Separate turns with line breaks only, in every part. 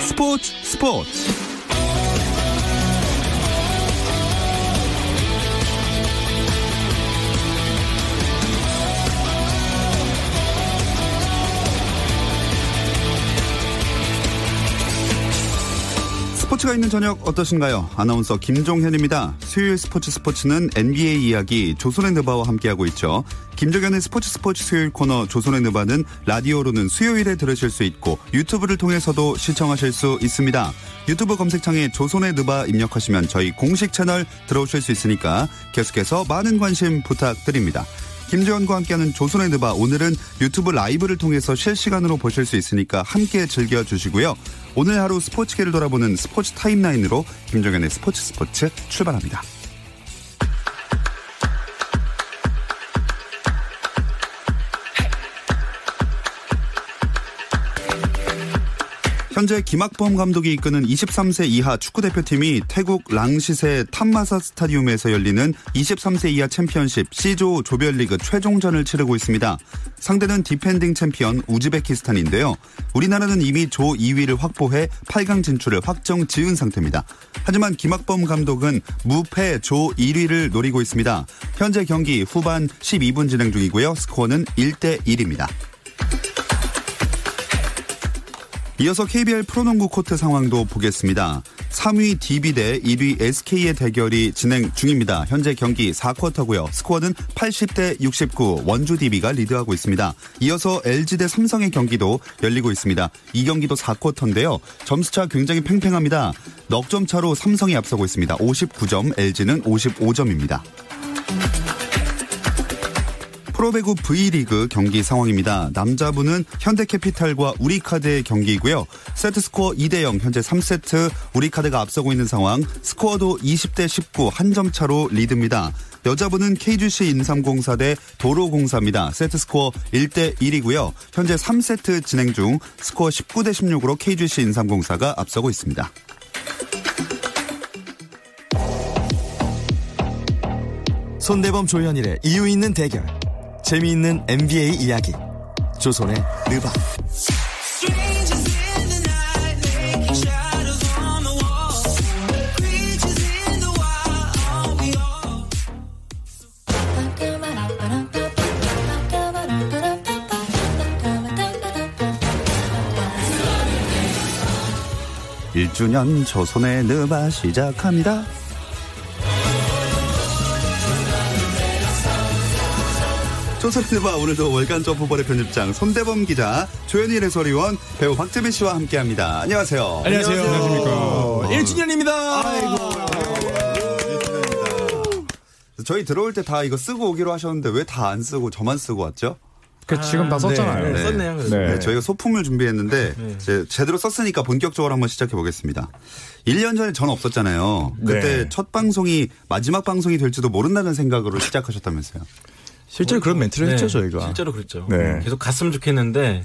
스포츠 스포츠 스포츠가 있는 저녁 어떠신가요? 아나운서 김종현입니다. 수요일 스포츠 스포츠는 NBA 이야기 조선의 느바와 함께하고 있죠. 김종현의 스포츠 스포츠 수요일 코너 조선의 느바는 라디오로는 수요일에 들으실 수 있고 유튜브를 통해서도 시청하실 수 있습니다. 유튜브 검색창에 조선의 느바 입력하시면 저희 공식 채널 들어오실 수 있으니까 계속해서 많은 관심 부탁드립니다. 김지원과 함께하는 조선의 드바 오늘은 유튜브 라이브를 통해서 실시간으로 보실 수 있으니까 함께 즐겨주시고요. 오늘 하루 스포츠계를 돌아보는 스포츠 타임라인으로 김종현의 스포츠 스포츠 출발합니다. 현재 김학범 감독이 이끄는 23세 이하 축구대표팀이 태국 랑시세 탐마사 스타디움에서 열리는 23세 이하 챔피언십 C조 조별리그 최종전을 치르고 있습니다. 상대는 디펜딩 챔피언 우즈베키스탄인데요. 우리나라는 이미 조 2위를 확보해 8강 진출을 확정 지은 상태입니다. 하지만 김학범 감독은 무패 조 1위를 노리고 있습니다. 현재 경기 후반 12분 진행 중이고요. 스코어는 1대 1입니다. 이어서 KBL 프로농구 코트 상황도 보겠습니다. 3위 DB 대 1위 SK의 대결이 진행 중입니다. 현재 경기 4쿼터고요. 스코어는 80대 69 원주 DB가 리드하고 있습니다. 이어서 LG 대 삼성의 경기도 열리고 있습니다. 이 경기도 4쿼터인데요. 점수차 굉장히 팽팽합니다. 넉 점 차로 삼성이 앞서고 있습니다. 59점, LG는 55점입니다. 프로배구 V리그 경기 상황입니다. 남자부는 현대캐피탈과 우리카드의 경기이고요. 세트 스코어 2대0 현재 3세트 우리카드가 앞서고 있는 상황. 스코어도 20대 19 한 점 차로 리드입니다. 여자부는 KGC 인삼공사 대 도로공사입니다. 세트 스코어 1대 1이고요. 현재 3세트 진행 중 스코어 19대 16으로 KGC 인삼공사가 앞서고 있습니다.
손대범 조현일의 이유 있는 대결 재미있는 NBA 이야기 조선의 느바
Strangers in the night, making shadows on the wall. Creatures in the wild, are we all?
일주년 조선의 느바 시작합니다. 조선의 느바 오늘도 월간 점프볼의 편집장 손대범 기자 조현일 해설위원 배우 박재민 씨와 함께합니다. 안녕하세요.
안녕하세요. 안녕하십니까.
1주년입니다
저희 들어올 때 다 이거 쓰고 오기로 하셨는데 왜 다 안 쓰고 저만 쓰고 왔죠?
그 지금 다 썼잖아요.
네,
네.
썼네요 그래서.
네.
네, 저희가 소품을 준비했는데 이제 제대로 썼으니까 본격적으로 한번 시작해 보겠습니다. 1년 전에 전 없었잖아요. 그때
네.
첫 방송이 마지막 방송이 될지도 모른다는 생각으로 시작하셨다면서요.
실제로 그런 멘트를
네,
했죠 저희가.
실제로 그랬죠. 음,
네.
계속 갔으면 좋겠는데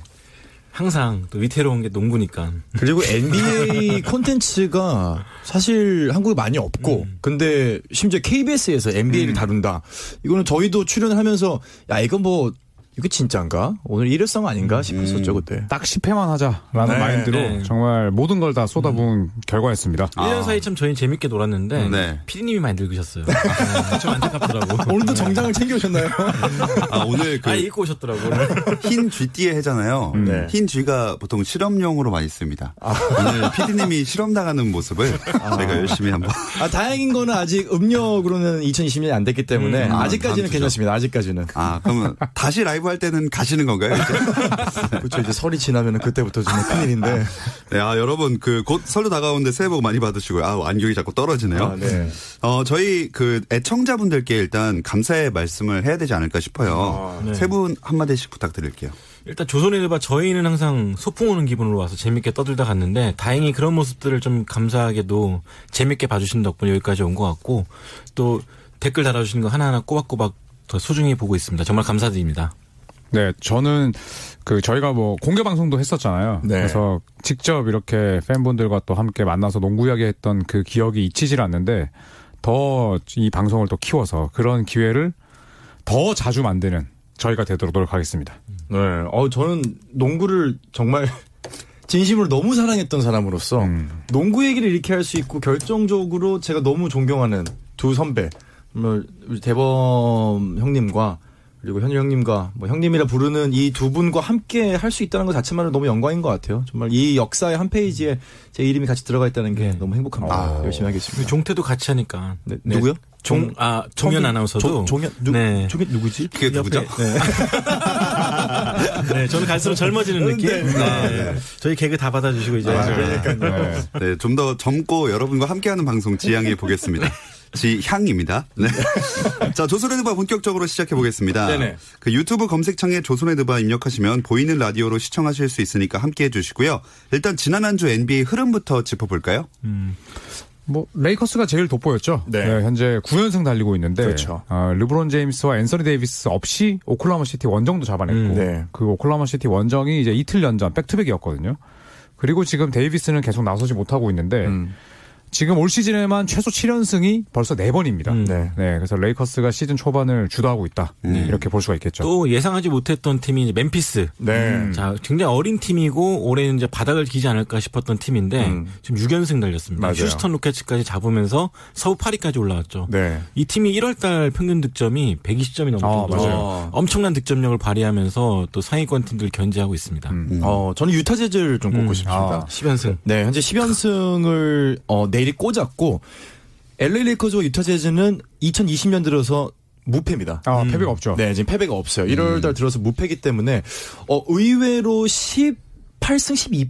항상 또 위태로운 게 농구니까.
그리고 NBA 콘텐츠가 사실 한국에 많이 없고 근데 심지어 KBS에서 NBA를 다룬다. 이거는 저희도 출연을 하면서 야 이건 뭐 이거 진짜인가? 오늘 일회성 아닌가 싶었었죠 그때.
딱 10회만 하자라는
네, 음.
마인드로
네.
정말 모든 걸 다 쏟아부은 결과였습니다.
아.
1년 사이 참 저희는 재밌게 놀았는데
네.
피디님이 많이 늙으셨어요. 아, 좀 안타깝더라고.
오늘도 정장을 챙겨오셨나요?
아, 오늘
아니
그
입고 오셨더라고.
흰 쥐띠에 해잖아요.
네.
흰 쥐가 보통 실험용으로 많이 씁니다. 오늘 PD님이 실험 당하는 모습을 제가 열심히 한번.
아 다행인 거는 아직 음력으로는 2020년이 안 됐기 때문에
음,
아직까지는
안 주죠.
괜찮습니다. 아직까지는.
아, 그러면 다시 라이브 할 때는 가시는 건가요? 이제?
그렇죠 이제 설이 지나면 그때부터 좀 큰일인데.
네, 아, 여러분, 그, 곧 설로 다가오는데 새해 복 많이 받으시고요. 아, 안경이 자꾸 떨어지네요.
아, 네.
어, 저희 그 애청자분들께 일단 감사의 말씀을 해야 되지 않을까
아,
싶어요.
네.
세 분 한마디씩 부탁드릴게요.
일단 조선의 대바 저희는 항상 소풍 오는 기분으로 와서 재밌게 떠들다 갔는데 다행히 그런 모습들을 좀 감사하게도 재밌게 봐주신 덕분에 여기까지 온 것 같고 또 댓글 달아주시는 거 하나하나 꼬박꼬박 더 소중히 보고 있습니다. 정말 감사드립니다.
네, 저는 그 저희가 뭐 공개 방송도 했었잖아요.
네.
그래서 직접 이렇게 팬분들과 또 함께 만나서 농구 이야기했던 그 기억이 잊히질 않는데 더 이 방송을 또 키워서 그런 기회를 더 자주 만드는 저희가 되도록 노력하겠습니다.
네. 어 저는 농구를 정말 진심으로 너무 사랑했던 사람으로서
음.
농구 얘기를 이렇게 할 수 있고 결정적으로 제가 너무 존경하는 두 선배 정말 우리 대범 형님과 그리고 현일 형님과 뭐 형님이라 부르는 이 두 분과 함께 할 수 있다는 것 자체만으로 너무 영광인 것 같아요. 정말 이 역사의 한 페이지에 제 이름이 같이 들어가 있다는 게
네.
너무 행복합니다.
아.
열심히 하겠습니다.
종태도 같이 하니까.
아, 네,
네.
누구요?
종, 아, 종현 아나운서도.
종- 종현 누,
네.
종현 누구지?
그게 누구죠?
네, 저는 갈수록 젊어지는 느낌.
네.
네. 저희 개그 다 받아주시고 이제.
네.
네, 좀 더 젊고 여러분과 함께하는 방송 지향해 보겠습니다. 지향입니다. 네. 자, 조선의 드바 본격적으로 시작해 보겠습니다.
네네.
그 유튜브 검색창에 조선의 드바 입력하시면 보이는 라디오로 시청하실 수 있으니까 함께 해 주시고요. 일단 지난 한 주 NBA 흐름부터 짚어볼까요?
뭐 레이커스가 제일 돋보였죠.
네.
현재 9연승 달리고 있는데
그렇죠.
어, 르브론 제임스와 앤서니 데이비스 없이 오클라호마 시티 원정도 잡아냈고
음,
네.
그 오클라호마 시티 원정이 이제 이틀 연전 백투백이었거든요. 그리고 지금 데이비스는 계속 나서지 못하고 있는데
음.
지금 올 시즌에만 최소 7연승이 벌써 4번입니다.
음.
네. 음.
그래서 레이커스가 시즌 초반을 주도하고 있다. 이렇게 볼 수가 있겠죠.
또 예상하지 못했던 팀이 이제 멤피스. 음.
네.
자, 굉장히 어린 팀이고 올해는 이제 바닥을 기지 않을까 싶었던 팀인데
음.
지금 6연승 달렸습니다.
맞아요.
휴스턴 로켓츠까지 잡으면서 서부 8위까지 올라왔죠.
네.
이 팀이 1월달 평균 득점이 120점이 넘을
아,
정도로
맞아요.
엄청난 득점력을 발휘하면서 또 상위권 팀들 견제하고 있습니다.
어, 저는 유타 재즈를 좀 꼽고
음.
싶습니다.
음. 아.
10연승.
네, 현재 10연승을 어, 내일이 꽂았고 LA 레이커즈와 유타 재즈는 2020년 들어서 무패입니다.
아, 패배가 없죠.
네, 지금 패배가 없어요. 1월 달 들어서 무패기 때문에 어 의외로 18승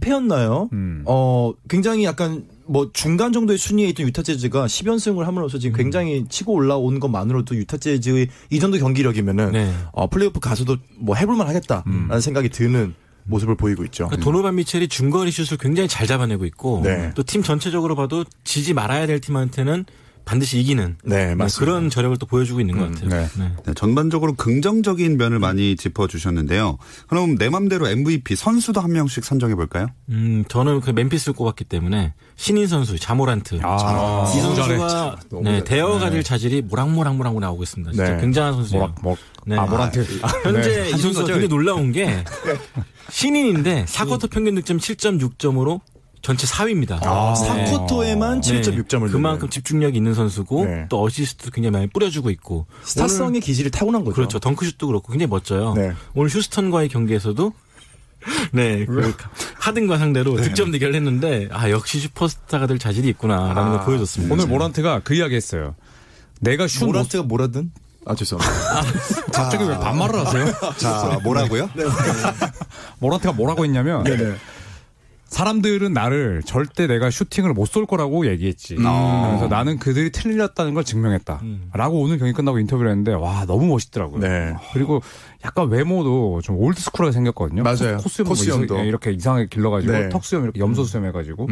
12패였나요?
음.
어 굉장히 약간 뭐 중간 정도의 순위에 있던 유타 재즈가 10연승을 함으로써 지금 굉장히 치고 올라온 것만으로도 유타 재즈의 이 정도 경기력이면은
네.
어 플레이오프 가서도 뭐 해볼만 하겠다라는 생각이 드는 모습을 보이고 있죠.
그러니까 도노반 미첼이 중거리 슛을 굉장히 잘 잡아내고 있고
음. 네.
또 팀 전체적으로 봐도 지지 말아야 될 팀한테는 반드시 이기는
네, 맞습니다. 음,
그런 저력을 또 보여주고 있는 것 같아요.
네.
네.
네, 전반적으로 긍정적인 면을 많이 짚어주셨는데요. 그럼 내 맘대로 MVP 선수도 한 명씩 선정해 볼까요?
음, 저는 그 멤피스를 꼽았기 때문에 신인 선수 자모란트.
아,
이 선수가
너무
네,
잘해.
대여 가질 자질이 모락모락모락 나오고 있습니다. 진짜
네.
굉장한 선수예요.
모락, 뭐,
네.
아, 모란트.
현재 이 선수가
거죠? 네.
굉장히 놀라운 게 신인인데 4쿼터 평균 득점 7.6점으로 전체 4위입니다.
아,
네.
4쿼터에만 7.6점을 넣는
그만큼 집중력이 있는 선수고
네.
또 어시스트도 굉장히 많이 뿌려주고 있고
스타성의 기질이 타고난 거죠.
그렇죠. 덩크슛도 그렇고 굉장히 멋져요.
네.
오늘 휴스턴과의 경기에서도 네, 그 하든과 상대로
네.
득점 대결을 했는데 아 역시 슈퍼스타가 될 자질이 있구나라는
아,
걸
음.
보여줬습니다.
오늘 모란트가 그 이야기 했어요. 내가 슛 못-
모란트가 뭐라든 아 죄송합니다.
갑자기 왜 반말을 하세요?
네.
자, 뭐라고요?
모란트가 뭐라고 했냐면
네.
사람들은 나를 절대 내가 슈팅을 못 쏠 거라고 얘기했지.
음.
그래서 나는 그들이 틀렸다는 걸 증명했다. 라고 오늘 경기 끝나고 인터뷰를 했는데 와 너무 멋있더라고요. 어,
네.
그리고 약간 외모도 좀 올드스쿨하게 생겼거든요.
맞아요.
코- 코수염
코수염도.
뭐 이상- 이렇게 이상하게 길러가지고
네.
턱수염 이렇게 염소수염 해가지고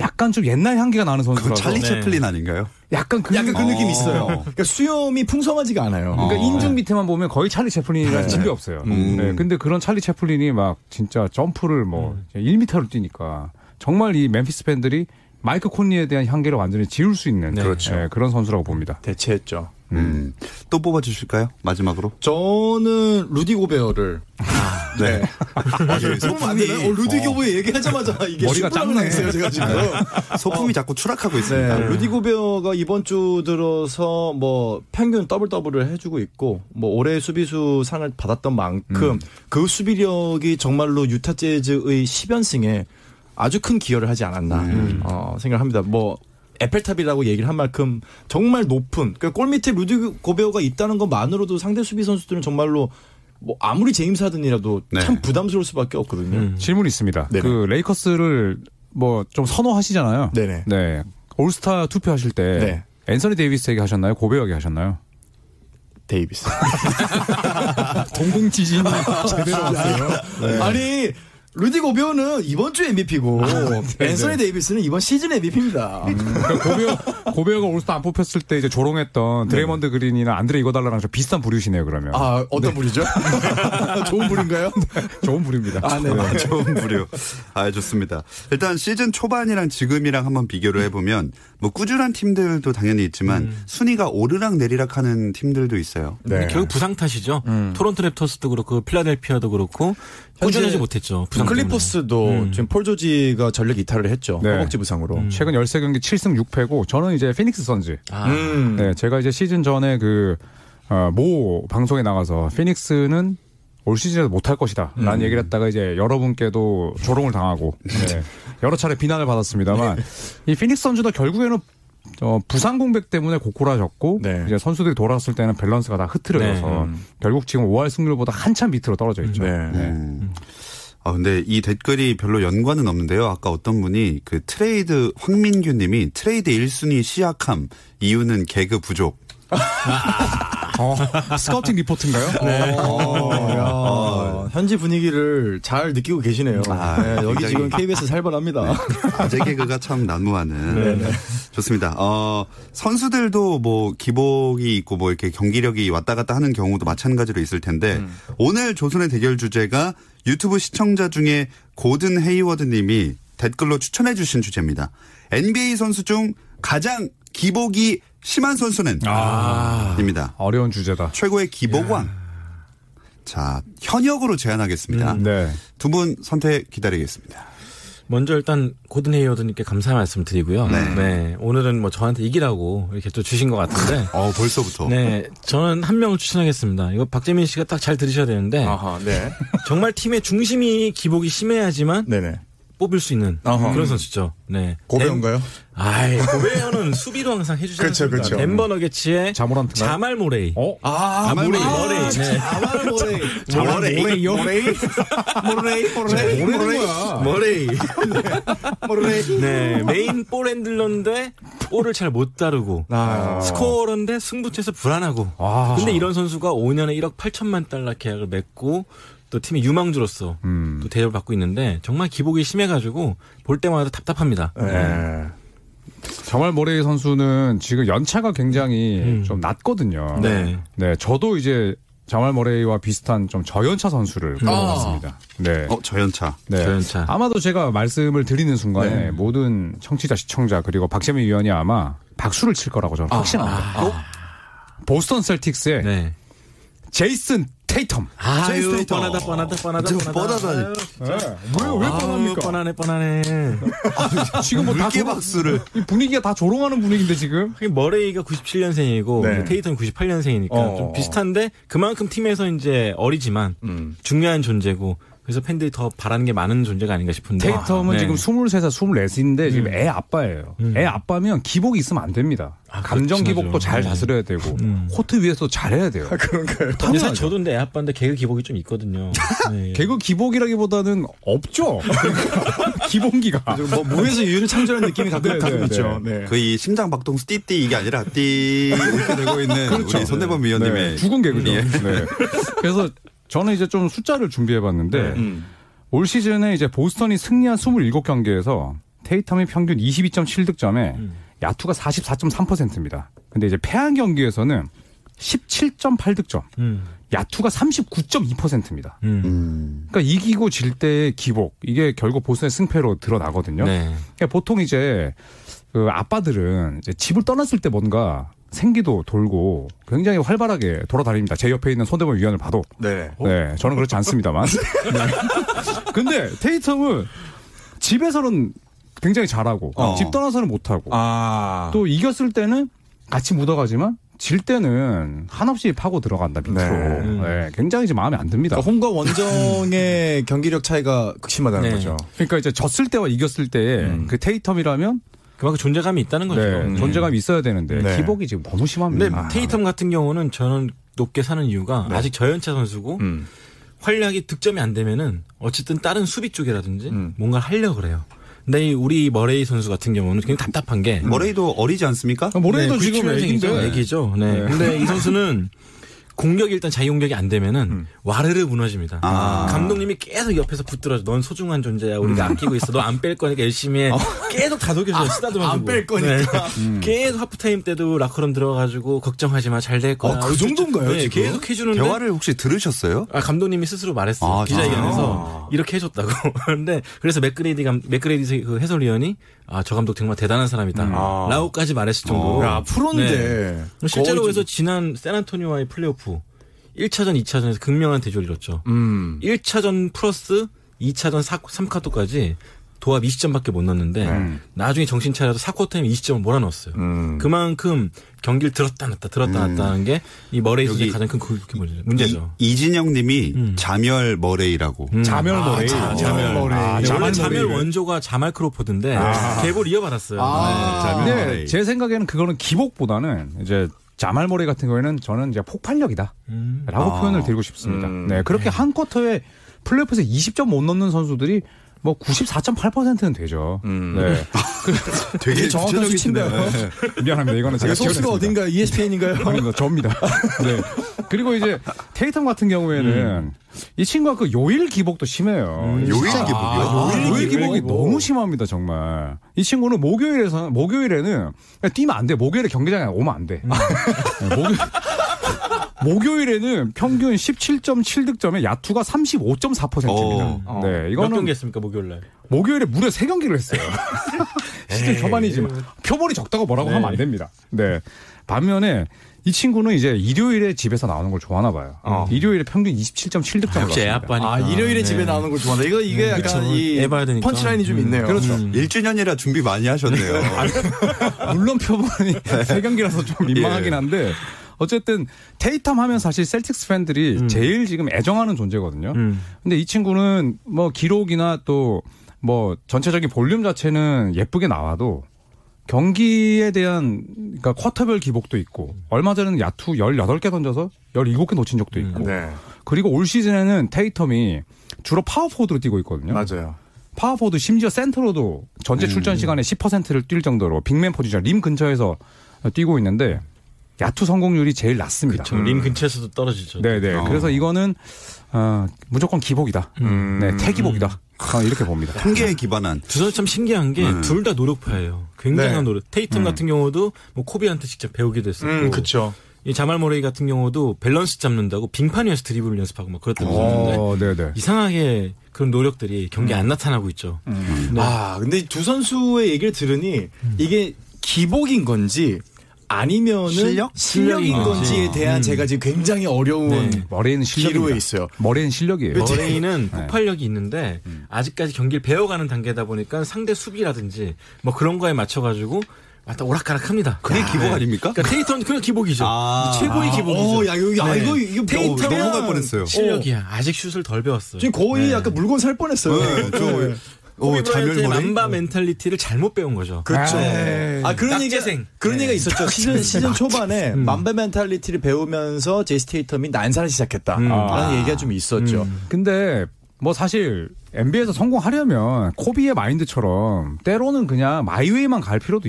약간 좀 옛날 향기가 나는
그거
선수라서
찰리
네.
채플린 아닌가요?
약간 그
그렇죠. 약간 그 느낌이
어.
있어요. 그러니까 수염이 풍성하지가 않아요.
그러니까 인중 밑에만 보면 거의 찰리 채플린이라는 집이 없어요. 네, 근데 그런 찰리 채플린이 막 진짜 점프를 뭐 1m를 뛰니까 정말 이 멤피스 팬들이 마이크 콘리에 대한 향기를 완전히 지울 수 있는
그렇죠.
네, 그런 선수라고 봅니다.
대체했죠.
음. 또 뽑아 주실까요? 마지막으로.
저는 루디 고베어를
네.
아, 소품 안 되나요? 어, 루디 고베어 얘기하자마자 이게
아, 네. 머리가
슈플라그
작네.
당했어요, 제가 지금.
소품이 자꾸 추락하고 있습니다.
네, 루디 고베어가 이번 주 들어서 뭐 평균 더블 더블을 해주고 있고 뭐 올해 수비수 상을 받았던 만큼 그 수비력이 정말로 유타 재즈의 10연승에 아주 큰 기여를 하지 않았나 어, 생각합니다. 뭐 에펠탑이라고 얘기를 한 만큼 정말 높은 그러니까 골 밑에 루디 고베어가 있다는 것만으로도 상대 수비 선수들은 정말로 뭐 아무리 제임스 하든이라도
네.
참 부담스러울 수밖에 없거든요.
질문이 있습니다.
네네.
그 레이커스를 뭐 좀 선호하시잖아요.
네네.
네. 올스타 투표하실 때
네.
앤서니 데이비스에게 하셨나요? 고베어에게 하셨나요?
데이비스.
동공 지진이 제대로
아니 루디 고베어는 이번 주 MVP고 앤서니 데이비스는 이번 시즌 MVP입니다.
그러니까 고베어, 고베어가 올스타 안 뽑혔을 때 이제 조롱했던 드레몬드 그린이나 안드레 이거달라랑 좀 비슷한 부류시네요, 그러면.
아 어떤 분이죠? 좋은 분인가요?
네, 좋은 부류입니다.
아 네.
아, 좋은 부류. 아, 좋습니다. 일단 시즌 초반이랑 지금이랑 한번 비교를 해보면, 뭐, 꾸준한 팀들도 당연히 있지만,
음.
순위가 오르락 내리락 하는 팀들도 있어요.
네.
네. 음.
근데 결국 부상 탓이죠. 토론토 랩터스도 그 그렇고 필라델피아도 그렇고 꾸준하지 못했죠. 부상 때문에.
클리퍼스도
음.
지금 폴 조지가 전력 이탈을 했죠.
네.
허벅지 부상으로.
최근 13경기 7승 6패고 저는 이제 피닉스 선즈.
아,
음.
네, 제가 이제 시즌 전에 그, 어, 모 방송에 나가서 피닉스는 올 시즌에도 못할 것이다.
음.
라는 얘기를 했다가 이제 여러분께도 조롱을 당하고, 네, 여러 차례 비난을 받았습니다만,
네.
이 피닉스 선수도 결국에는 어, 부상 공백 때문에 고꾸라졌고,
네.
이제 선수들이 돌아왔을 때는 밸런스가 다 흐트러져서,
네,
결국 지금 5할 승률보다 한참 밑으로 떨어져 있죠.
네.
아, 근데 이 댓글이 별로 연관은 없는데요. 아까 어떤 분이 그 트레이드 황민규 님이 트레이드 1순위 시약함 이유는 개그 부족.
어, 스카우팅 리포트인가요?
어, 야, 현지 분위기를 잘 느끼고 계시네요.
아,
네, 여기
굉장히-
지금 KBS 살벌합니다.
아재 개그가 참 난무하는. 좋습니다. 어, 선수들도 뭐 기복이 있고 뭐 이렇게 경기력이 왔다 갔다 하는 경우도 마찬가지로 있을 텐데 오늘 조선의 대결 주제가 유튜브 시청자 중에 고든 헤이워드 님이 댓글로 추천해 주신 주제입니다. NBA 선수 중 가장 기복이 심한 선수는 입니다.
어려운 주제다.
최고의 기복왕. 자, 현역으로 제안하겠습니다.
네.
두 분 선택 기다리겠습니다.
먼저 일단 고든 헤이워드님께 감사 말씀 드리고요.
네.
네. 오늘은 뭐 저한테 이기라고 이렇게 또 주신 것 같은데.
어, 벌써부터.
네, 저는 한 명을 추천하겠습니다. 이거 박재민 씨가 딱 잘 들으셔야 되는데
아하, 네.
정말 팀의 중심이 기복이 심해야지만
네네.
뽑을 수 있는
아하.
그런 선수죠. 네,
고배인가요?
아이, 고베어는 수비로 항상 해주셨습니다.
그쵸, 그쵸.
덴버 너게츠의
자모란트인가요?
자말 모레이.
어?
아,
모레이, 모레이. 네.
자말 모레이.
모레이.
모레이요? 모레이? 모레이? 모레이? 모레이?
모레이.
모레이?
네, 메인 볼 핸들러인데 볼을 잘 못 다루고
아.
스코어런데 승부처에서 불안하고.
아.
근데 이런 선수가 5년에 1억 8천만 달러 계약을 맺고 또 팀의 유망주로서 또 대접을 받고 있는데 정말 기복이 심해가지고 볼 때마다 답답합니다.
네.
정말 모레이 선수는 지금 연차가 굉장히 좀 낮거든요.
네.
네, 저도 이제 자말 모레이와 비슷한 좀 저연차 선수를 뽑아봤습니다. 네.
어, 저연차.
네.
저연차.
아마도 제가 말씀을 드리는 순간에 모든 청취자, 시청자, 그리고 박재민 위원이 아마 박수를 칠 거라고 저는 확신합니다. 어? 보스턴 셀틱스의
네.
제이슨 테이텀.
제이슨
아유,
테이터.
뻔하다, 뻔하다, 뻔하다,
지금
뻔하다. 어,
뻔하다니.
아유,
왜, 왜
아유,
뻔합니까?
뻔하네, 뻔하네.
지금 뭐다
물개
조롱-
박수를.
이 분위기가 다 조롱하는 분위기인데 지금.
하긴 머레이가 97년생이고
네.
테이턴 98년생이니까
어.
좀 비슷한데 그만큼 팀에서 이제 어리지만 중요한 존재고 그래서 팬들이 더 바라는 게 많은 존재가 아닌가 싶은데
테이텀은
네.
지금 23살, 24인데 지금 애 아빠예요. 애 아빠면 기복이 있으면 안 됩니다.
아,
감정
그렇긴
기복도
하죠.
잘
네.
다스려야 되고 코트 위에서 잘해야 돼요.
그런가요?
근데 사실 저도 내 아빠인데 개그 기복이 좀 있거든요. 네.
개그 기복이라기보다는 없죠. 기본기가.
뭐, 무에서 유를 창조하는 느낌이 가끔, 가끔
네,
있죠. 네.
그 이 심장 박동수 띠띠 이게 아니라 띠 이렇게 되고 있는 우리 손대범 위원님의
네, 죽은 개그죠. 네. 그래서 저는 이제 좀 숫자를 준비해봤는데 올 시즌에 이제 보스턴이 승리한 27경기에서 테이텀의 평균 22.7득점에 야투가 44.3%입니다. 근데 이제 패한 경기에서는 17.8득점,
음.
야투가 39.2%입니다.
음.
그러니까 이기고 질 때의 기복 이게 결국 보스턴의 승패로 드러나거든요.
네.
그러니까 보통 이제 그 아빠들은 이제 집을 떠났을 때 뭔가 생기도 돌고 굉장히 활발하게 돌아다닙니다. 제 옆에 있는 손대범 위원을 봐도.
네.
네, 저는 그렇지 않습니다만. 네. 근데 테이텀은 집에서는 굉장히 잘하고
어.
집 떠나서는 못하고
아.
또 이겼을 때는 같이 묻어가지만 질 때는 한없이 파고 들어간다 밑으로.
네.
네. 굉장히 이제 마음에 안 듭니다.
그러니까 홈과 원정의 경기력 차이가 극심하다는
네.
거죠.
그러니까 이제 졌을 때와 이겼을 때의
음.
그 테이텀이라면
그만큼 존재감이 있다는 거죠.
네, 음. 아. 존재감이 있어야 되는데
네.
기복이 지금 너무 심합니다.
근데 테이텀 같은 경우는 저는 높게 사는 이유가 아직 저연차 선수고
음.
활약이 득점이 안 되면은 어쨌든 다른 수비 쪽이라든지 뭔가 하려 고 그래요. 근데 이 우리 머레이 선수 같은 경우는 굉장히 답답한 게
머레이도 어리지 않습니까?
모레이도
네, 97년생이죠. 애기죠. 네. 근데 이 선수는 공격이 일단 자기 공격이 안 되면은
음.
와르르 무너집니다.
아.
감독님이 계속 옆에서 붙들어줘. 넌 소중한 존재야. 우리가
음.
아끼고 있어. 너 안 뺄 거니까 열심히 해. 계속 다독여줘. 쓰다듬어주고.
어. 아, 안뺄 거니까. 음.
네. 계속 하프타임 때도 라커룸 들어가가지고 걱정하지 마. 잘 될 거야.
어, 그 정도인가요,
네,
지금?
계속 해주는데
대화를 혹시 들으셨어요?
아, 감독님이 스스로 말했어요.
아,
기자회견에서 이렇게 해줬다고. 그런데 그래서 맥그레이디 감, 맥그레이디 그 해설위원이 아, 저 감독 정말 대단한 사람이다.
아.
라고까지 말했을 정도로. 네.
야, 프로인데.
실제로
거의
그래서
좀-
지난 세안토니와의 플레이오프 1차전, 2차전에서 극명한 대조를 이뤘죠. 1차전 플러스 2차전 4, 3쿼터까지 도합 20점밖에 못 넣었는데 나중에 정신 차려서 4쿼터에 20점을 몰아넣었어요. 그만큼 경기를 들었다 놨다 들었다 놨다 하는 게 이 머레이 선수의
여기
가장 큰 그- 그 문제- 문제죠.
이, 진영 님이 자멸 머레이라고.
아, 자멸 머레이.
자멸 머레이.
아,
네, 원래
자멸
자멸
머레이.
원조가 자말 크로포드인데 계보를 이어받았어요. 네.
자멸
근데
머레이.
아, 네, 제 생각에는 그거는 기복보다는 이제 자말머리 같은 경우에는 저는 이제 폭발력이다라고 표현을 드리고 싶습니다. 네 그렇게 한 쿼터에 플레이오프에서 20점 못 넣는 선수들이 뭐 94.8%는 되죠. 네.
되게
정확한
구체적이시네요.
수치인데요.
미안합니다. 이거는 제가
네. 소스가
지원했습니다.
어딘가 ESPN인가요?
아닙니다. 저입니다. 네. 그리고 이제 테이텀 같은 경우에는 이 친구가 그 요일 기복도 심해요.
음, 요일
진짜.
기복이요?
아,
요일
요일
기복.
기복이 너무 심합니다, 정말. 이 친구는 목요일에서 목요일에는 그냥 뛰면 안 돼. 목요일에 경기장에 오면 안 돼. 네, 목요일 목요일에는 평균 17.7득점에 야투가 35.4%입니다.
어.
네,
몇
이거는 네,
경기 했습니까 목요일 날?
목요일에 무려 세경기 를 했어요.
네.
시즌 초반이지만 표본이 적다고 뭐라고 하면 안 됩니다. 네. 반면에 이 친구는 이제 일요일에 집에서 나오는 걸 좋아하나 봐요. 일요일에 평균 27.7득점을
어. 역시
넣었습니다.
애아빠니까.
아, 일요일에
네.
집에 나오는 걸 좋아한다. 이거 이게 약간
그쵸.
이
해봐야 되니까.
펀치라인이 좀
음.
있네요.
그렇죠.
일주년이라 준비 많이 하셨네요.
물론 표본이
네.
세경기라서좀 민망하긴
예.
한데 어쨌든 테이텀 하면 사실 셀틱스 팬들이 제일 지금 애정하는 존재거든요.
음.
근데 이 친구는 뭐 기록이나 또 뭐 전체적인 볼륨 자체는 예쁘게 나와도 경기에 대한 그러니까 쿼터별 기복도 있고 얼마 전에는 야투 18개 던져서 17개 놓친 적도 있고
네.
그리고 올 시즌에는 테이텀이 주로 파워포드로 뛰고 있거든요.
맞아요. 음.
파워포드 심지어 센터로도 전체 출전 시간의 10%를 뛸 정도로 빅맨 포지션 림 근처에서 뛰고 있는데 야투 성공률이 제일 낮습니다.
저 림 근처에서도 떨어지죠.
네네.
아.
그래서 이거는 어, 무조건 기복이다.
음.
네, 태기복이다. 어, 이렇게 봅니다.
통계에 기반한
두 선수 참 신기한 게 둘 다 노력파예요. 굉장한
네.
노력. 테이튼 같은 경우도 뭐 코비한테 직접 배우기도 했었고.
음, 그쵸.
이 자말 모레이 같은 경우도 밸런스 잡는다고 빙판 위에서 드리블을 연습하고 막 그랬던 분인데
어, 네네.
이상하게 그런 노력들이 경기에 안 나타나고 있죠. 네. 음.
아, 근데 두 선수의 얘기를 들으니 이게 기복인 건지 아니면은
실력?
실력인
실력인
건지에
건지.
대한
음.
제가 지금 굉장히 어려운
네.
기로에
머리에는 실력이
있어요.
머리에는 실력이에요.
머레이는
네.
폭발력이 있는데
음.
아직까지 경기를 배워가는 단계다 보니까 상대 수비라든지 뭐 그런 거에 맞춰가지고 왔다 오락가락합니다.
그게 기복 아닙니까?
그러니까 테이턴 그냥 기복이죠.
아.
최고의
아,
기복이죠.
어, 야, 이거, 야,
네.
이거, 이거 뭐,
너무-
테이터면
넘어갈 뻔했어요.
실력이야. 네. 아직 슛을 덜 배웠어요.
지금 거의 약간 물건 살 뻔했어요.
네, 저, 어,
브라이언트의
자멸 머레이.
맘바 멘탈리티를 잘못 배운 거죠.
그렇죠.
네.
아 그런 얘기가
낙제생. 음.
그런
네.
얘기가 있었죠. 시즌 시즌 초반에 맘베 멘탈리티를 배우면서 제이스 테이텀이 난사를
음.
시작했다라는
아.
얘기가 좀 있었죠.
근데 뭐 사실 NBA에서 성공하려면 코비의 마인드처럼 때로는 그냥 마이웨이만 갈 필요도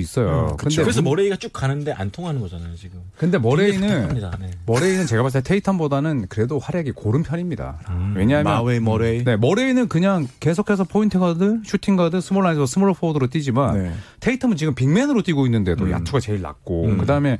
그렇죠.
있어요. 근데
음,
음.
그래서 머레이가 쭉 가는데 안 통하는 거잖아요 지금.
근데 머레이는
답답합니다. 네.
머레이는 제가 봤을 때 테이탄보다는 그래도 활약이 고른 편입니다.
음.
왜냐하면
마웨이 머레이.
네, 머레이는 그냥 계속해서 포인트 가드, 슈팅 가드, 스몰 라인에서 스몰 포워드로 뛰지만
네.
테이텀은 지금 빅맨으로 뛰고 있는데도
음.
야투가 제일 낮고 그다음에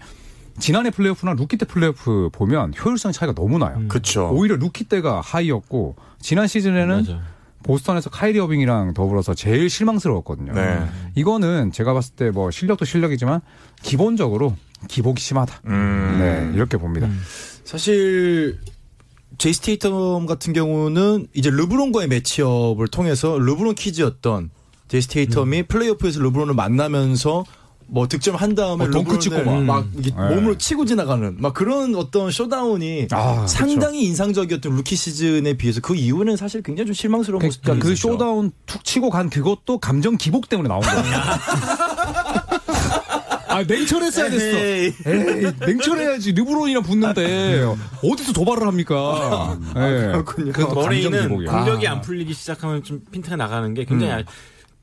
지난해 플레이오프나 루키 때 플레이오프 보면 효율성 차이가 너무 나요.
음.
그렇죠.
오히려 루키 때가 하이였고 지난 시즌에는
맞아요.
보스턴에서 카이리 어빙이랑 더불어서 제일 실망스러웠거든요.
네.
이거는 제가 봤을 때 뭐 실력도 실력이지만 기본적으로 기복이 심하다.
음.
네, 이렇게 봅니다.
음.
사실 제이스 테이텀 같은 경우는 이제 르브론과의 매치업을 통해서 르브론 키즈였던 제이스 테이텀이
음.
플레이오프에서 르브론을 만나면서 뭐 득점한 다음에
어, 덩크
르브론을
찍고 막.
막 이게
네.
몸으로 치고 지나가는 막 그런 어떤 쇼다운이
아,
상당히 인상적이었던 루키 시즌에 비해서 그 이후는 사실 굉장히 좀 실망스러운
그러니까
모습들이
그
있었죠.
쇼다운 툭 치고 간 그것도 감정 기복 때문에 나온 거야. 아
네.
냉철했어야 됐어.
에이.
에이, 냉철해야지 르브론이랑 붙는데 어디서 도발을 합니까? 아, 예. 그렇군요.
머레이는 공격이
아.
안 풀리기 시작하면 좀 핀트가 나가는 게
음.
굉장히 아-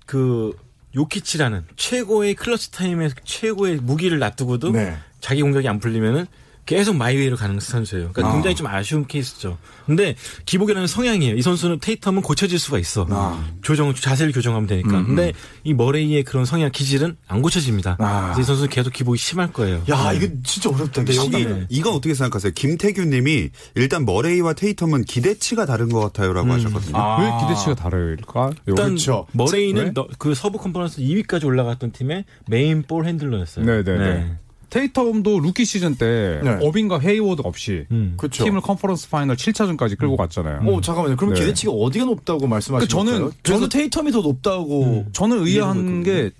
그 요키치라는 최고의 클러치 타임에 최고의 무기를 놔두고도
네.
자기 공격이 안 풀리면은 계속 마이웨이로 가는 선수예요. 그러니까 굉장히 좀 아쉬운 케이스죠. 근데 기복이라는 성향이에요. 이 선수는 테이텀은 고쳐질 수가 있어.
아.
조정 자세를 교정하면
음,
되니까. 근데 이 머레이의 그런 성향 기질은 안 고쳐집니다. 그래서 이 선수는 계속 기복이 심할 거예요.
아.
네.
야 이거 진짜 어렵다.
근데
이게.
여기 이건 어떻게 생각하세요? 김태균님이 일단 머레이와 테이텀은 기대치가 다른 것 같아요라고 하셨거든요.
왜 기대치가 다를까?
일단
그렇죠.
머레이는
네?
너- 그 서부 컨퍼런스 2위까지 올라갔던 팀의 메인 볼 핸들러였어요.
네네네. 테이텀도 루키 시즌 때
네. 그렇죠.
어빙과 헤이워드 없이
음.
그쵸.
팀을 컨퍼런스 파이널 7차전까지 끌고 갔잖아요.
어 잠깐만요. 그럼
네.
기대치가 어디가 높다고 말씀하시는
그 저는- 음.
거예요? 그래서 테이텀이 더 높다고.
저는 의아한
음. 이해하고
게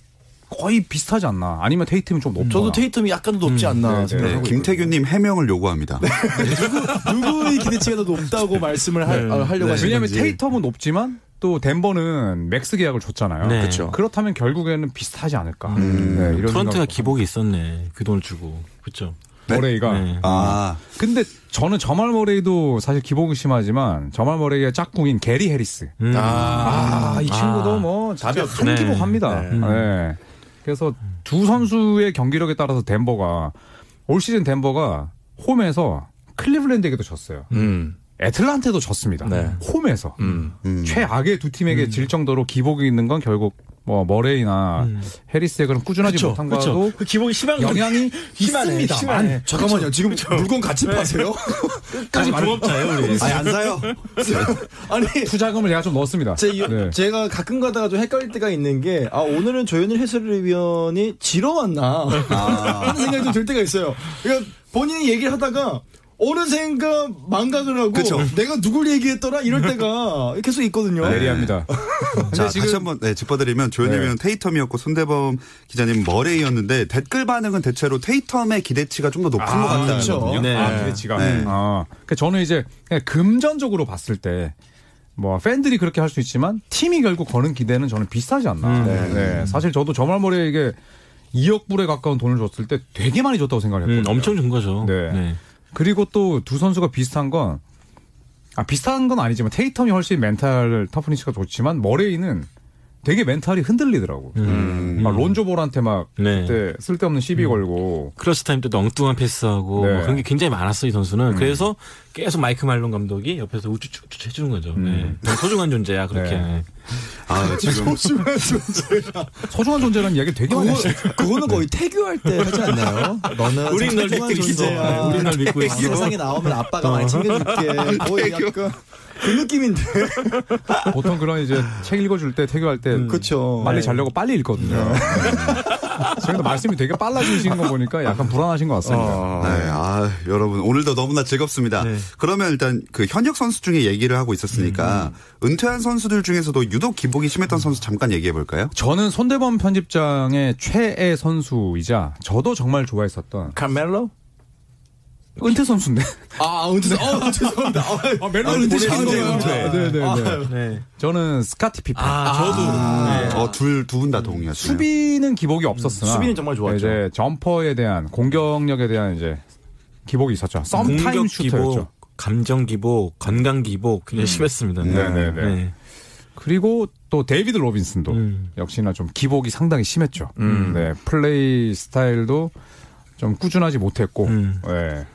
거의 비슷하지 않나. 아니면 테이텀이 좀 높거나.
저도 테이텀이 약간 더 높지 않나
네, 네.
네,
생각하고
김태균님 해명을 요구합니다.
있어요. 누구의 기대치가 더 높다고 말씀을 하,
네.
어,
아, 하려고 하시는지.
네. 왜냐하면 테이텀은 높지만 또 덴버는 맥스 계약을 줬잖아요.
네.
그쵸. 음.
그렇다면 결국에는 비슷하지 않을까. 네, 이런
토론트가
생각도.
기복이 있었네. 그 돈을 주고. 그렇죠.
머레이가
네.
아,
근데 저는 저말 머레이도 사실 기복이 심하지만 저말 머레이의 짝꿍인 게리 헤리스.
음.
아, 이 친구도
아.
뭐
답이
답이
없죠.
네.
한기복합니다.
네.
네. 그래서 두 선수의 경기력에 따라서 덴버가 올 시즌 덴버가 홈에서 클리블랜드에게도 졌어요.
음.
애틀란테도 졌습니다.
네.
홈에서
음.
음.
최악의 두 팀에게 질 정도로 기복이 있는 건 결국 뭐 머레이나 헤리스의 그런
음.
꾸준하지
그쵸,
못한
그쵸.
거하고
그 기본이 심한
영향이
심하네,
있습니다.
심하네. 잠깐만요. 지금 물건 같이
네.
파세요?
까지 부업자예요 우리.
아니, 안 사요.
아니
투자금을 내가 좀 넣었습니다.
제, 이-
네.
제가 가끔 가다가 좀 헷갈릴 때가 있는 게, 아, 오늘은 조현일 해설위원이 지러 왔나.
아.
하는 생각이 좀 들 때가 있어요. 그러니까 본인이 얘기를 하다가, 어느샌가 망각을 하고,
그쵸.
내가 누굴 얘기했더라? 이럴
네.
때가 계속 있거든요.
네.
예리합니다.
자,
지금-
다시 한번 네, 짚어드리면 조현일 위원 테이텀이었고 손대범 기자님 머레이였는데 댓글 반응은 대체로 테이텀의 기대치가 좀 더 높은 것 같다는
그렇죠.
거든요.
네.
아, 기대치가.
네.
아, 그러니까 저는 이제 그냥 금전적으로 봤을 때. 뭐 팬들이 그렇게 할 수 있지만 팀이 결국 거는 기대는 저는 비싸지
음.
않나. 네. 사실 저도 저말머리에게 2억 불에 가까운 돈을 줬을 때 되게 많이 줬다고 생각했거든요.
음, 엄청 준 거죠.
네. 그리고 또 두 선수가 비슷한 건, 아, 비슷한 건 아니지만 테이텀이 훨씬 멘탈 터프니치가 좋지만 머레이는 되게 멘탈이 흔들리더라고.
음.
막 론조볼한테 막
네.
그때 쓸데없는 시비 걸고.
크러스 타임 때도 엉뚱한 패스하고
네. 음.
뭐 그런 게 굉장히 많았어요 이 선수는. 그래서 계속 마이크 말론 감독이 옆에서 우쭈쭈쭈 해주는 거죠. 네. 소중한 존재야 그렇게.
음. 네.
아, 지금
소중한 존재라는 이야기 되게 많이 했어요.
그거는 거의 태교할 때 하지 않나요?
음.
너는
네. 우린
아,
널 믿고 있어.
존재야.
우린 널 믿고 있어.
세상에 나오면
어.
아빠가 많이 챙겨줄게. 거의 약간 그 느낌인데.
보통 그런 이제 책 읽어줄 때, 태교할 때.
그쵸.
빨리
네.
자려고 빨리 읽거든요. 지금도 말씀이 되게 빨라지시는 거 보니까 약간 불안하신 것 같습니다.
어.
네, 아, 여러분 오늘도 너무나 즐겁습니다. 그러면 일단 그 현역 선수 중에 얘기를 하고 있었으니까 은퇴한 선수들 중에서도 유독 기복이 심했던 선수 잠깐 얘기해 볼까요?
저는 손대범 편집장의 최애 선수이자 저도 정말 좋아했었던
카멜로?
은퇴 선수인데.
아, 은퇴, 어, 죄송합니다. 어,
멜로
아,
은퇴 잘한 거예요.
네, 네, 네.
네.
저는 스카티 피파.
아 저도
어, 둘 두 분 다 동의하시네요.
수비는 기복이 없었으나
음, 수비는 정말 좋았죠.
이제 점퍼에 대한 공격력에 대한 이제 기복이 있었죠. 썸타임
공격
슈터였죠. 음.
기복, 감정 기복, 건강 기복 굉장히 심했습니다.
네, 네, 네. 그리고 또 데이비드 로빈슨도
음.
역시나 좀 기복이 상당히 심했죠. 네, 플레이 스타일도 좀 꾸준하지 못했고,
음.
네.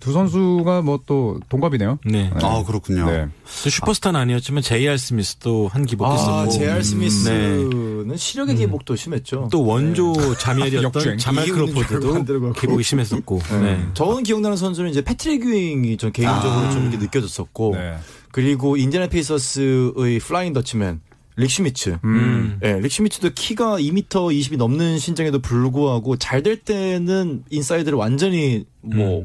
두 선수가 뭐 또 동갑이네요.
네.
아, 그렇군요.
네.
슈퍼스타는 아니었지만 제이알 스미스도 한 기복했었고
뭐.
음, 네.
아, 제알 스미스는
네. 음.
시력의 기복도 심했죠.
또 원조
역주행.
자멸이었던 자말
네. 이기고 있는 줄 알고
크로포드도
만들고
기복이 심했었고 네.
저는 기억나는 선수는 이제 패트릭 유잉이 전 개인적으로 좀 이렇게 느껴졌었고
아. 네.
그리고 인디애나 페이서스의 플라잉 더치맨 릭 슈미츠.
음.
예, 릭 슈미츠도 키가 2m 20이 넘는 신장에도 불구하고 잘 될 때는 인사이드를 완전히 뭐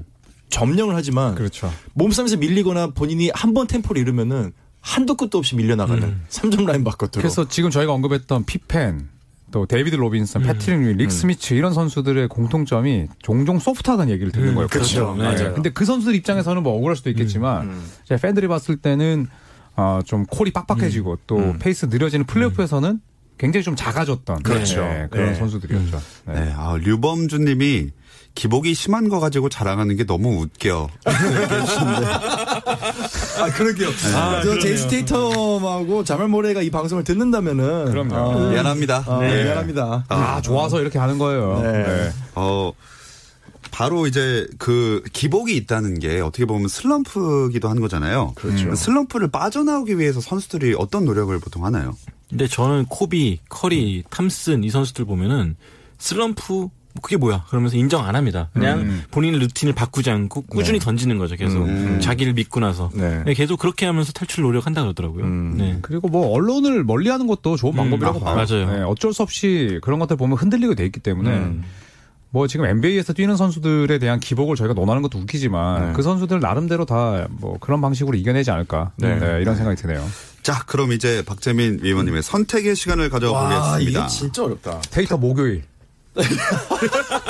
점령을 하지만
음. 그렇죠.
몸싸움에서 밀리거나 본인이 한 번 템포를 잃으면은 한도 끝도 없이 밀려나가는
음.
삼 3점 라인 바깥으로.
그래서 지금 저희가 언급했던 피펜, 또 데이비드 로빈슨,
음.
패트릭 리, 릭 스미츠 이런 선수들의 공통점이 종종 소프트하다는 얘기를 듣는 거예요.
그렇죠.
네.
맞아요. 음,
근데 그 선수들 입장에서는 뭐 억울할 수도 있겠지만 제 팬들이 봤을 때는 어, 좀 콜이 빡빡해지고
음.
또 페이스 느려지는 플레이오프에서는 굉장히 좀 작아졌던
그렇죠.
네, 그런
네.
선수들이었죠. 네.
네, 아, 류범준 님이 기복이 심한 거 가지고 자랑하는 게 너무 웃겨.
아, 그러게요. 저 제이스 테이텀하고 자말 모레가 이 방송을 듣는다면은.
그럼요.
아,
미안합니다.
아,
네.
미안합니다.
아 좋아서 이렇게 하는 거예요.
네.
네.
어, 바로 이제 그 기복이 있다는 게 어떻게 보면 슬럼프기도 한 거잖아요. 그렇죠. 슬럼프를 빠져나오기 위해서 선수들이 어떤 노력을 보통 하나요?
근데 저는 코비, 커리, 탐슨 이 선수들 보면은 슬럼프 그게 뭐야? 그러면서 인정 안 합니다. 그냥
음.
본인의 루틴을 바꾸지 않고 꾸준히 던지는 거죠. 계속 음. 자기를 믿고 나서
네. 음.
네, 계속 그렇게 하면서 탈출 노력한다 그러더라고요. 네.
그리고 뭐 언론을 멀리하는 것도 좋은 방법이라고
아,
봐요.
맞아요.
네, 어쩔 수 없이 그런 것들 보면 흔들리게 돼 있기 때문에 뭐 지금 NBA에서 뛰는 선수들에 대한 기복을 저희가 논하는 것도 웃기지만
네.
그 선수들 나름대로 다 뭐 그런 방식으로 이겨내지 않을까
네.
네, 이런 생각이 드네요.
자, 그럼 이제 박재민 위원님의 선택의 시간을
와
가져보겠습니다.
이게 진짜 어렵다.
데이터 목요일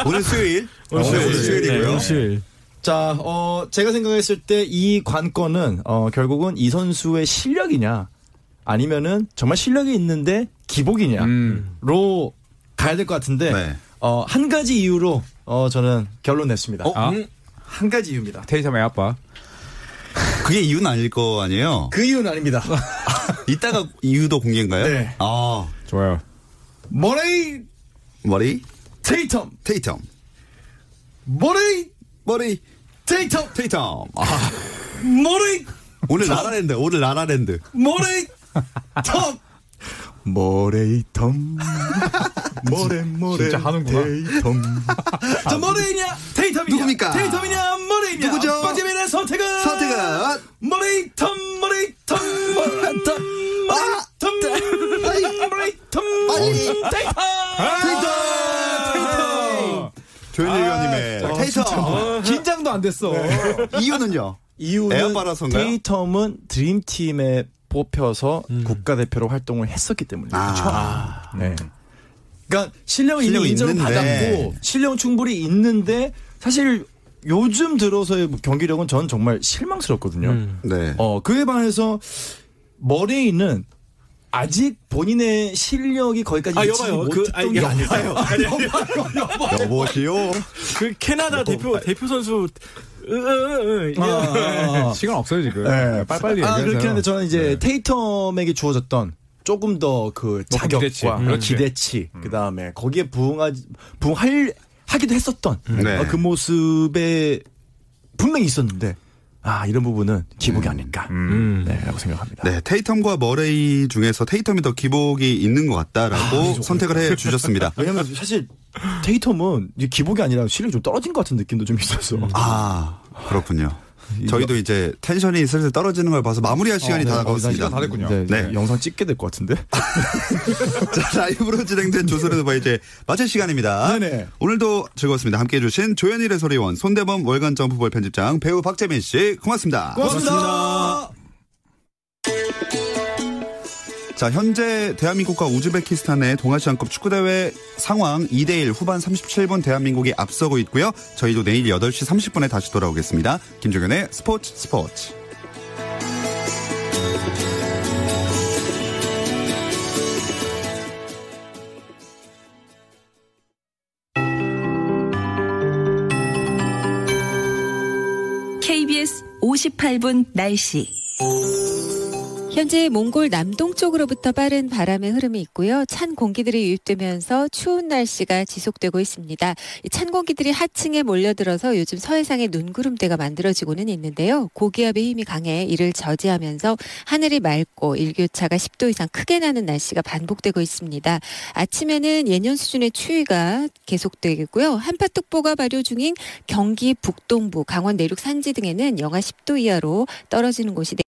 오늘 수요일. 아, 오늘
네,
수요일이고요.
실
자, 어, 제가 생각했을 때 이 관건은 어, 결국은 이 선수의 실력이냐 아니면은 정말 실력이 있는데 기복이냐로
음.
가야 될 것 같은데
네.
어, 한 가지 이유로 어, 저는 결론
어?
냈습니다.
아.
음?
한 가지 이유입니다.
데이터 의 아빠
그게 이유는 아닐 거 아니에요?
그 이유는 아닙니다.
이따가 이유도 공개인가요?
네.
아,
좋아요.
머레이
머리,
테이텀,
테이텀.
머레이
머리,
테이텀,
테이텀. 아,
머레이
오늘 라라랜드, 오늘 라라랜드.
머레이 텀. 머레이 텀 머레 머레
진짜 하는구나.
테이텀 자 머레이냐 테이텀이냐
누굽니까?
테이텀이냐 머레이냐
누구죠?
박재민의 선택은
선택은
머레이 텀 머레이 텀 머레이 텀 머레이 텀 머레이 텀 테이텀
조현일 위원님의 아, 네. 테이텀.
긴장도 안 됐어
이유는요?
이유는
에어바라서인가요?
테이텀은 드림팀에 뽑혀서 국가대표로 활동을 했었기 때문입니다.
아.
네. 그러니까 실력은
실력이
이미 인정을
있는데.
받았고 실력은 충분히 있는데 사실 요즘 들어서의 경기력은 전 정말 실망스럽거든요.
네.
어 그에 반해서 머레이는 아직 본인의 실력이 거기까지
아,
미치지
여봐요. 그,
못했던
아니,
게
여봐요.
아닐까요?
여보시오.
그 캐나다 대표 대표 선수 으, 으, 으,
아,
예.
아, 아.
시간 없어요 지금.
네.
빨리빨리
아,
얘기하세요. 네.
그렇긴 한데 저는 이제 테이텀에게 주어졌던 조금 더 그
높은
자격과
뭐 기대치. 음,
기대치,
그렇지.
그다음에 거기에 부응하 부응할 하기도 했었던
음.
네.
어, 그 모습에 분명히 있었는데 아 이런 부분은
음.
기복이 아닐까 네라고 생각합니다.
네, 테이텀과 머레이 중에서 테이텀이 더 기복이 있는 것 같다라고 선택을 해 주셨습니다.
왜냐면 사실 테이텀은 이제 기복이 아니라 실력이 좀 떨어진 것 같은 느낌도 좀 있어서
음.
아, 그렇군요. 저희도 이제 텐션이 슬슬 떨어지는 걸 봐서 마무리할 시간이
네,
다
거의 다
다가왔습니다.
시간 다 됐군요.
네,
네.
영상 찍게 될 것 같은데
자, 라이브로 진행된 조선의 바 이제 마칠 시간입니다.
네네.
오늘도 즐거웠습니다. 함께 해주신 조현일 해설위원, 손대범 월간 점프볼 편집장, 배우 박재민 씨, 고맙습니다.
고맙습니다.
자, 현재 대한민국과 우즈베키스탄의 동아시안컵 축구대회 상황 2대1 후반 37분 대한민국이 앞서고 있고요. 저희도 내일 8시 30분에 다시 돌아오겠습니다. 김종현의 스포츠 스포츠.
KBS 58분 날씨.
현재 몽골 남동쪽으로부터 빠른 바람의 흐름이 있고요. 찬 공기들이 유입되면서 추운 날씨가 지속되고 있습니다. 이 찬 공기들이 하층에 몰려들어서 요즘 서해상에 눈구름대가 만들어지고는 있는데요. 고기압의 힘이 강해 이를 저지하면서 하늘이 맑고 일교차가 10도 이상 크게 나는 날씨가 반복되고 있습니다. 아침에는 예년 수준의 추위가 계속되겠고요. 한파특보가 발효 중인 경기 북동부, 강원 내륙 산지 등에는 영하 10도 이하로 떨어지는 곳이